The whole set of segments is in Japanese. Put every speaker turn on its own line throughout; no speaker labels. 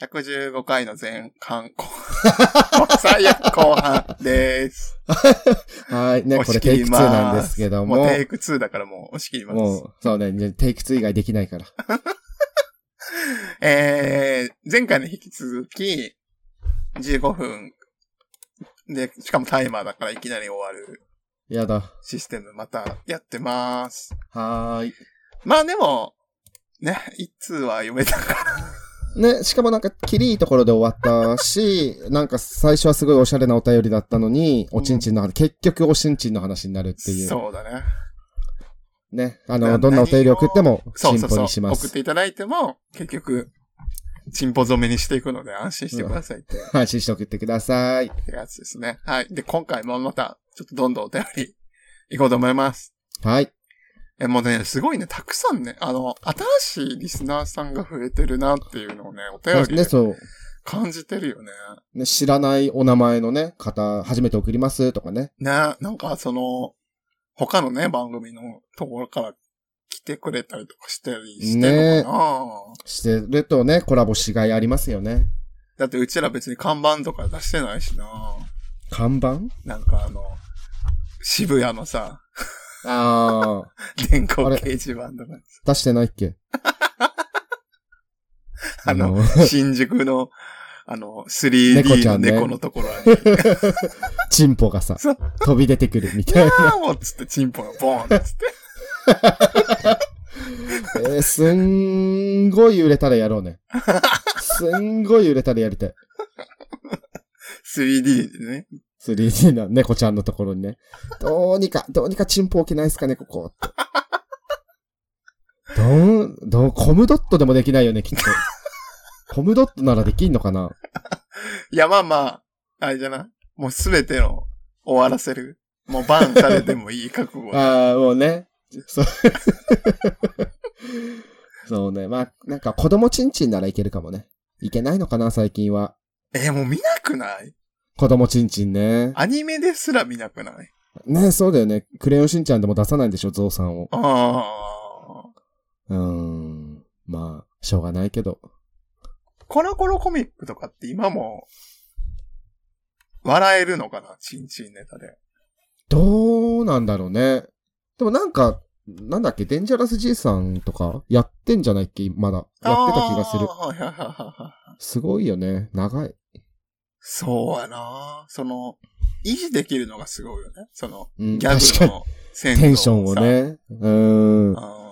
115回の前半、後半 最悪後半です。
はい、ね、
押
こ
し
れ
切
テイ
り
ク2
ます
なんですけど
も
も
う、テイク2だからもう押し切ります。
もう、そうね、ねテイク2以外できないから。
えー、前回に引き続き、15分。で、しかもタイマーだからいきなり終わる
やだ。
システムまたやってます。
はーい。
まあでも、ね、一通は読めたから。
ね、しかもなんか、きりいいところで終わったし、 なんか最初はすごいおしゃれなお便りだったのに、おちんちんの話、結局おしんちんの話になるっていう。
そうだね。
ね、あ
だ
の、どんなお便りを送っても、
そ
チ
う
ン
そう
ポ
そう。
にしま
送っ
す。
ていただいても、結局、チンポ染めにしていくので安心してくださいって
配信して送ってください。
やつですね。はい。で、今回もまた、ちょっとどんどんお便り、 いこうと思います。
はい。
え、もうね、すごいね、たくさんね、あの、新しいリスナーさんが増えてるなっていうのをね、お便りで
ね、そう。
感じてるよね。
ね、知らないお名前のね、方、初めて送りますとかね。
ね、なんかその、他のね、番組のところから来てくれたりとかしたりしてるのかな、
してるとね、コラボしがいありますよね。
だってうちら別に看板とか出してないしな
看 板
なんかあの、渋谷のさ、
ああ、
電光
あれ
掲示板とか、
出してないっけ
あの、
あの
新宿の、あの、
猫
3D
ちゃ
の
んね
猫のところに、
チンポがさ
そう、
飛び出てくるみたいな。
あーもうっつってチンポがボーンっつって。
えーすんごい売れたらやろ うね。すんごい売れたらやりたい。
3D でね。
3D の猫ちゃんのところにね。どうにか、どうにかチンポ置けないですかね、ここ。どう、どう、コムドットでもできないよね、きっと。コムドットならできんのかない
や、まあまあ、あれじゃないもうすべての終わらせる。もうバンされてもいい覚悟。
ああ、もうね。 そう。そうね。まあ、なんか子供ちんちんならいけるかもね。いけないのかな、最近は。
えーもう見なくない
子供ちんちんね。
アニメですら見なくない
ねそうだよね。クレヨンしんちゃんでも出さないんでしょ、ゾウさんを。
ああ。
うーん。まあ、しょうがないけど。
コロコロコミックとかって今も、笑えるのかなチンチンネタで。
どうなんだろうね。でもなんか、なんだっけ、デンジャラス爺さんとかやってんじゃないっけ、まだ。やってた気がする
あ。ーはいはいはいはいはい
すごいよね。長い。
そうやなその、維持できるのがすごいよね。その、
うん、
ギャ
確か
グ
に。
のセ
テン
ン
シ
ス
ョンを
さ。
ね。うーん。
あ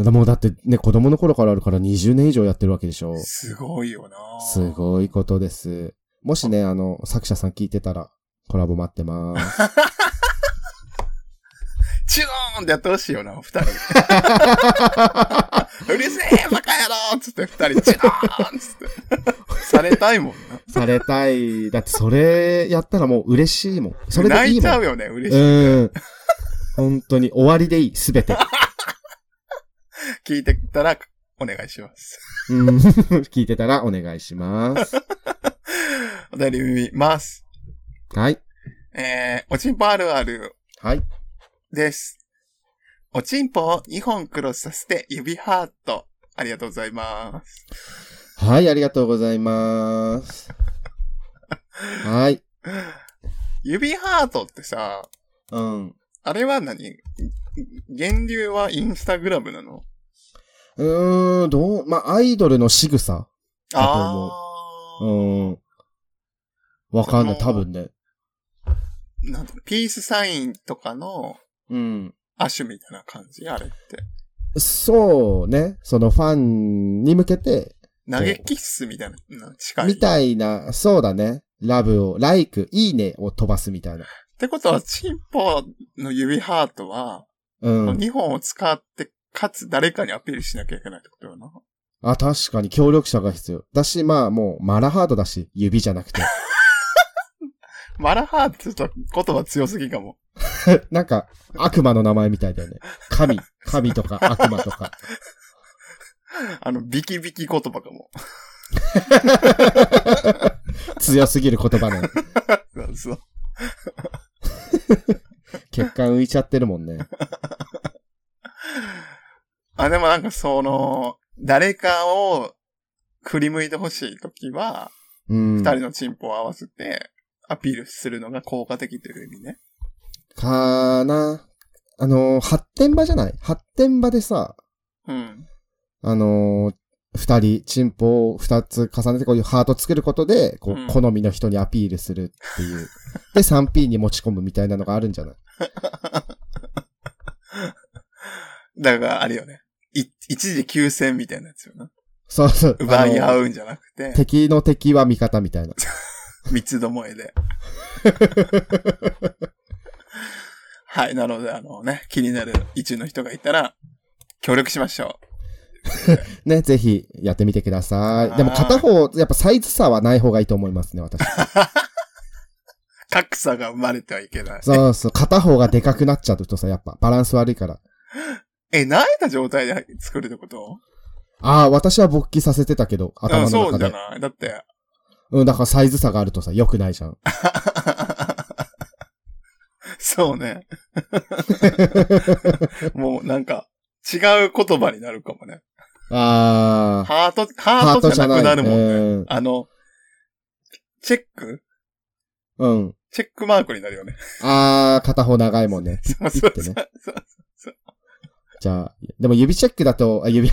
でもうだってね、子供の頃からあるから20年以上やってるわけでしょ
ー。すごいよな
すごいことです。もしね、あの、作者さん聞いてたら、コラボ待ってます。
チューンってやってほしいよな、二人。うるせえ、バカ野郎つって二人、チューンつって。されたいもんな。
されたい。だってそれやったらもう嬉しいもん。それで
泣
い
い
い
ち
もん
ゃ。うよね、嬉しい。
うん。本当に終わりでいい、すべて。
聞いてたら、お願いします。
うん 聞いてたらお願いします。
お便り見ます。
はい。
えー、おちんぽあるある
はい。
です。おちんぽを2本クロスさせて指ハート。ありがとうございます。
はい、ありがとうございます。はい。
指ハートってさ、
うん。
あれは何源流はインスタグラムなの
うーん、どう、まあ、アイドルの仕草。だと思
あ
ううん。わかんない、多分ね。
ーなんていうのピースサインとかの
うん。
亜種みたいな感じあれって。
そうね。そのファンに向けて、
投げキッスみたいな、うん近い。
み
った
いな、そうだね。ラブを、ライク、いいねを飛ばすみたいな。
てことは、チンポの指ハートは、
うん。
2本を使って、かつ誰かにアピールしなきゃいけないってことよな。
あ、確かに協力者が必要。だし、まあもう、マラハードだし、指じ ゃなくて。
マラハートちょっと言葉強すぎかも。
なんか、悪魔の名前みたいだよね。神、神 とか悪魔とか。
あの、ビキビキ言葉かも。
強すぎる言葉ね。
そう
血管浮いちゃってるもんね。
あ、でもなんかその、誰かを振り向いてほしいときは、
うん。
二人のチンポを合わせて、アピールするのが効果的という意味ね。
かな。あのー発展場じゃない発展場でさ、
うん。
あのー二人、チンポを二つ重ねてこういうハート作ることで、こ
うん
う、好みの人にアピールするっていう。で、3P に持ち込むみたいなのがあるんじゃない
だから、あれよね。い一時休戦みたいなやつよな。
そうそう。
奪い合
う。
うんじゃなくて、
敵の敵は味方みたいな。
三つどもえ で。はい。なので、あのね、気になる一中の人がいたら、協力しましょ
ね、ぜひやってみてくださ
あー
い。でも片方、やっぱサイズ差はない方がいいと思いますね、私。
う。格差が生まれてはいけない。
そうそう、片方がでかくなっちゃうとさ、やっぱバランス悪いから。
え、慣れた状態で作るってこと
ああ、私は勃起させてたけ
う
ど、
ん
頭の
そう
中
じゃ
で。
ない。だって、
うん、だからサイズ差があるとさ、良くないじゃん。
そうね。 もうなんか、違う言葉になるかもね。
あ
ハート、
あ、
ハートじゃなくなるもんね。
うん
あの、チェック
うん。
チェックマークになるよね。
ああ、片方長いもんね。
そう
ピ
そ
ッ
う
て
そ
ね
う。そう。
じゃあ、でも指チェックだと、あ指、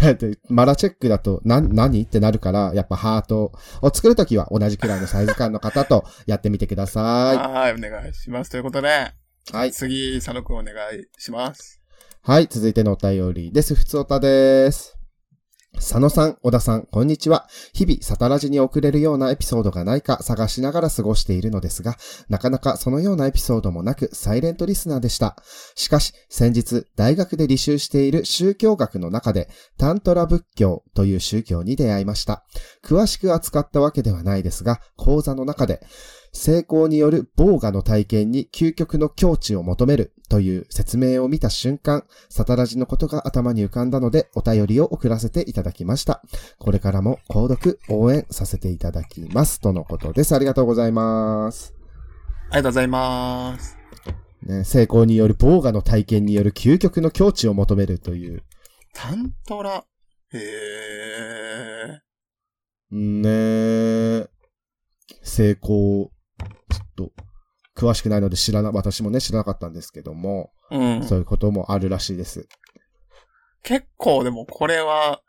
マラチェックだと、な、何ってなるから、やっぱハートを作るときは同じくらいのサイズ感の方とやってみてくださ
はい、お願いします。ということで、
い。はい。
次、佐野くんお願いします。
はい、続いてのお便りです。ふつおたです。佐野さん、小田さん、こんにちは。日々、サタラジに送れるようなエピソードがないか探しながら過ごしているのですが、なかなかそのようなエピソードもなく、サイレントリスナーでした。しかし、先日、大学で履修している宗教学の中で、タントラ仏教という宗教に出会いました。詳しく扱ったわけではないですが、講座の中で、成功による防我の体験に究極の境地を求めるという説明を見た瞬間、サタラジのことが頭に浮かんだので、お便りを送らせていただきました。これからも、購読、応援させていただきます。とのことです。ありがとうございます。
ありがとうございます。
ね、成功による防我の体験による究極の境地を求めるという。
タントラ。へえ。
ねー成功、ちょっと、詳しくないので知らな、私もね、知らなかったんですけども、
うん。
そういうこともあるらしいです。
結構でもこれは、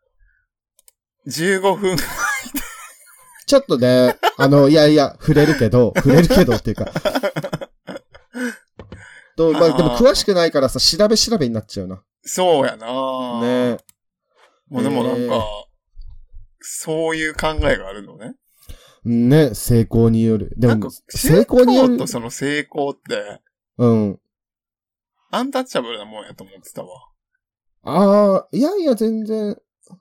15分。
ちょっとね、あの、いやいや、触れるけど、触れるけどっていうか。と、ま
あー
あ、でも詳しくないからさ、調べ調べになっちゃうな。
そうやな
ね
もうでもなん
え
か、
ー
そういう考えがあるのね。
ね成功による。で
なんか
も、、成功によ
宗教
る
と。その成功って、
うん。
アンタッチャブルなもんやと思ってたわ。
ああ、いやいや、全然、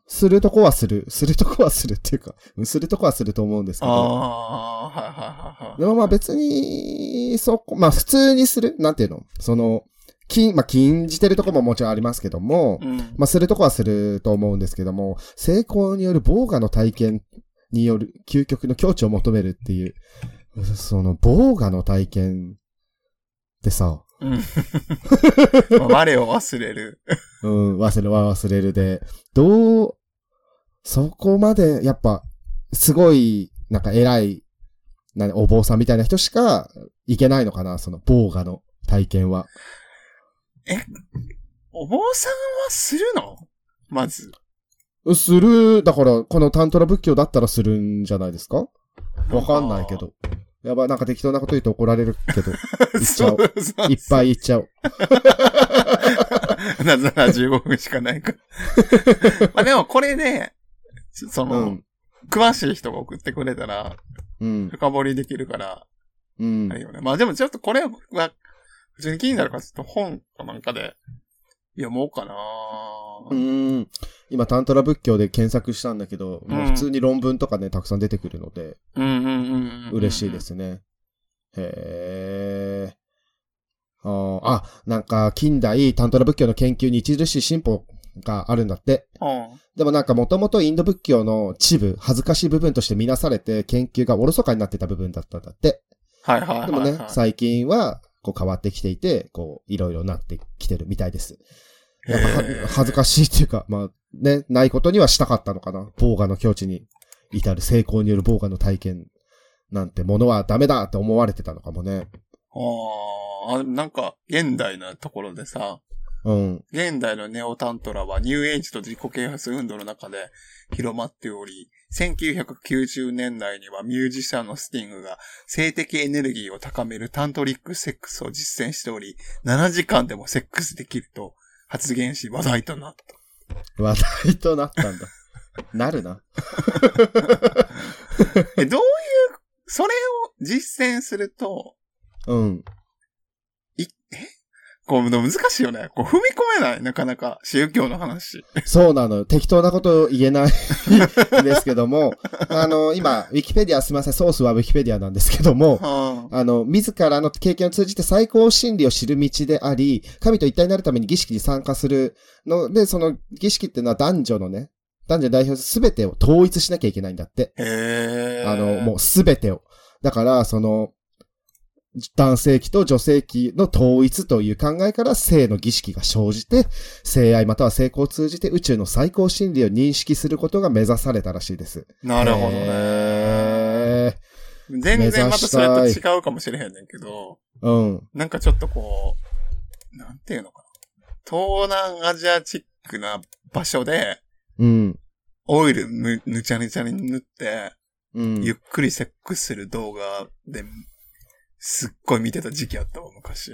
するとこはする。するとこはするっていうか、うんするとこはすると思うんですけ
あ
ど。
あ、はいはいはいはい。
でもまあ別に、そこ、まあ普通にする。なんていうのその、禁、まあ禁じてるとこももちろんありますけども、
うん。
まあ、するとこはすると思うんですけども、成功による防我の体験による究極の境地を求めるっていう、その防我の体験ってさ、
まあ我を忘れる。
うん、忘れは忘れるで、どう、そこまで、やっぱ、すごい、なんか偉い、なお坊さんみたいな人しかいけないのかな、その防我の体験は。
お坊さんはするのまず。
する、だから、このタントラ仏教だったらするんじゃないですかわかんないけど。やばい、なんか適当なこと言うと怒られるけ ど、
なんか。
ちゃ
そ
お
うそう
いっぱい言っちゃおう。
なぜなら15分しかないから。 まあでもこれね、ちそうの、
ん。
詳しい人が送ってくれたら、
うん。
深掘りできるから、
うん
あ。れよね。まあでもちょっとこれは、普通に気になるから、ちょっと本かなんかで読もうかな、
うん。今、タントラ仏教で検索したんだけど、
うん
もう普通に論文とかね、たくさん出てくるので、
うんうんうんうんうん。
嬉しいで。すね。へー。あーあ、なんか、近代、タントラ仏教の研究に著しい進歩があるんだって。
うん。
でもなんかもともとインド仏教の秩部、恥ずかしい部分として見なされて研究がおろそかになってた部分だったんだって。
はいはいはい、 はい。
でもね、最近はこう変わってきていて、こういろいろなってきてるみたいです。やっぱは
へー
恥ずかしいっていうか、まあね、ないことにはしたかったのかな。防我の境地に至る成功による防火の体験なんてものはダメだって思われてたのかもね。
あーあ、なんか、現代なところでさ、
うん。
現代のネオタントラはニューエイジと自己啓発運動の中で広まっており、1990年代にはミュージシャンのスティングが性的エネルギーを高めるタントリックセックスを実践しており、7時間でもセックスできると発言し話題となった。
話題となったん だ。なるな。
え、どういう、それを実践すると、
うん。
こう、でも難しいよね。こう、踏み込めない、なかなか、宗教の話。
そうなのよ。適当なこと言えないんですけども、あの、今、ウィキペディアすみません、ソースはウィキペディアなんですけども、
はあ
あの、自らの経験を通じて最高真理を知る道であり、神と一体になるために儀式に参加するので、その儀式っていうのは男女のね、男女を代表する全てを統一しなきゃいけないんだって。
へえ。
あの、もう全てを。だから、その、男性器と女性器の統一という考えから性の儀式が生じて、性愛または性交を通じて宇宙の最高真理を認識することが目指されたらしいです。
なるほどね。
へ
全然またそれと違うかもしれへんねんけど、
ーうん。
なんかちょっとこう、なんていうのかな。東南アジアチックな場所で、
うん。
オイルぬ、ぬちゃぬちゃに塗って、
うん。
ゆっくりセックスする動画で、すっごい見てた時期あったわ、 昔。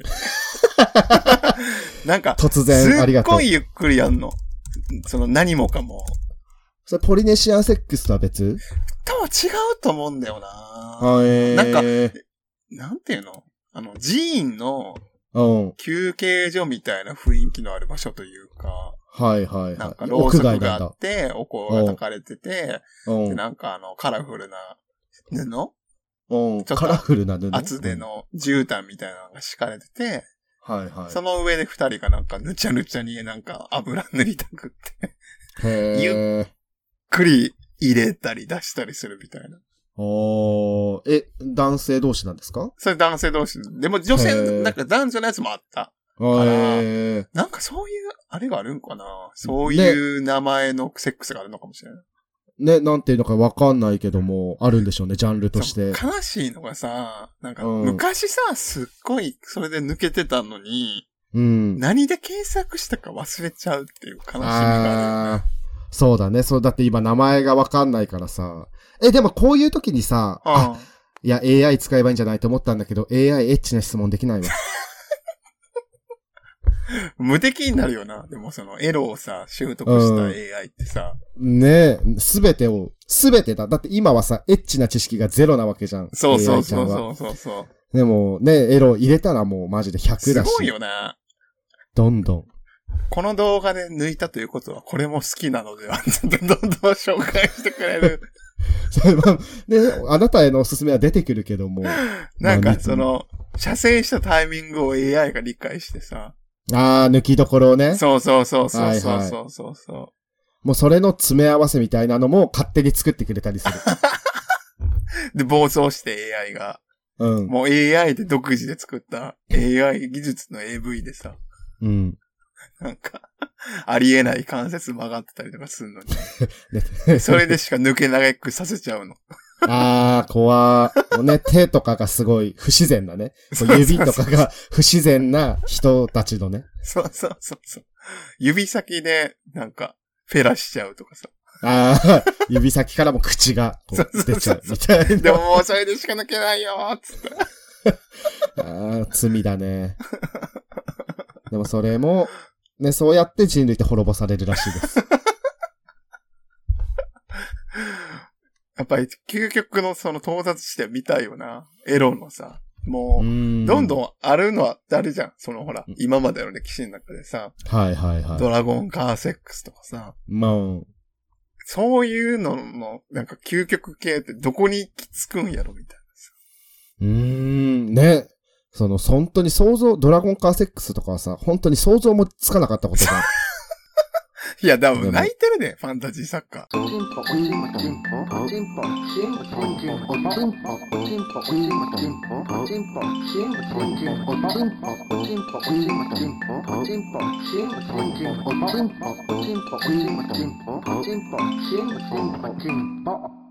なんか、
突
す
然、あり
っ
がとう
ご。いゆっくりやんの。その何もかも。
それポリネシアンセックスとは別
多分違うと思うんだよな。
はえ
なんか
ー、
なんていうのあの、寺院の
うん。
休憩所みたいな雰囲気のある場所というか、
はいはい
なん
は
か
い。
ろう
屋
そ
外
く
な
が
ん
あ
だ
っ。て、お香が焚かれてて、
うん
で。なんかあの、カラフルな布
う
ちょっ
ん。
と
カラフルな布。
厚手。の絨毯みたいなのが敷かれてて、
はいはい。
その上で二人がなんかぬちゃぬちゃになんか油塗りたくって、
へー。
栗入れたり出したりするみたいな。
おー。え、男性同士なんですか
それ男性同士。でも女
へ
性、
ー
なんか男女のやつもあった。
へー。
なんかそういう、あれがあるんかなそういう名前のセックスがあるのかもしれない。
ね、なんていうのかわかんないけども、あるんでしょうね、ジャンルとし
そう
て。
悲しいのがさ、なんか
うん
昔さ、すっごいそれで抜けてたのに、
うん。
何で検索したか忘れちゃうっていう悲しみがあ
あー。そうだね。そう、だって今名前がわかんないからさ。え、でもこういう時にさ、
るよね。
いや、AI 使えばいいんじゃないと思ったんだけど、AI エッチな質問できないわ。
うん。無敵になるよな。でもそのエロをさ、習得した AI ってさ。
ねえ、すべてを、すべてだ。だって今はさ、エッチな知識がゼロなわけじゃん。
そうそう
AI ちゃ
そ
ん
う
は
そうそうそう。
でもね、エロ入れたらもうマジで100
す
だし。
ごいよな。
どんどん。
この動画で抜いたということは、これも好きなのでは どんどん紹介してくれ る。
それはね、あなたへのおすすめは出てくるけども。
なん
まあ
か
見て
その、射精したタイミングを AI が理解してさ。
あー、抜きどころをね。
そうそうそうそうそ
は
う
い
そうそうそう。
もうそれの詰め合わせみたいなのも勝手に作ってくれたり する。
で、暴走して AI が。
うん。
もう AI で独自で作った AI 技術の AV でさ、
うん。
なんか、 ありえない関節曲がってたりとかする のに、
ね
それでしか抜け長くさせちゃうの。
あー、怖ー。ね、手とかがすごい不自然なね。
そうそう
指とかが不自然な人たちのね。
そうそうそうそう。指先で、なんか、フェラしちゃうとかさ。
ああ、指先からも口がこう出ちゃうみたい
で
な。
ももうそれでしか抜けないよーっつって。
ああ、罪だね。でもそれも、ね、そうやって人類って滅ぼされるらしいです。
やっぱり、究極のその到達してみたいよな。エロのさ。もう、
うん
どん
ん。
どんあるのはあるじゃん。そのほら
うん、
今までの歴史の中でさ、
はいはいは
ドラゴンカーセックスとかさ、
い。まあ、うん
そういうのの、なんか究極系ってどこに行き着くんやろみたいなさ。
うーん、ね。その、本当に想像、ドラゴンカーセックスとかはさ、本当に想像もつかなかったことが。
いや、多
でも
分泣いてるね、ファンタジーサッカー。
Tempo.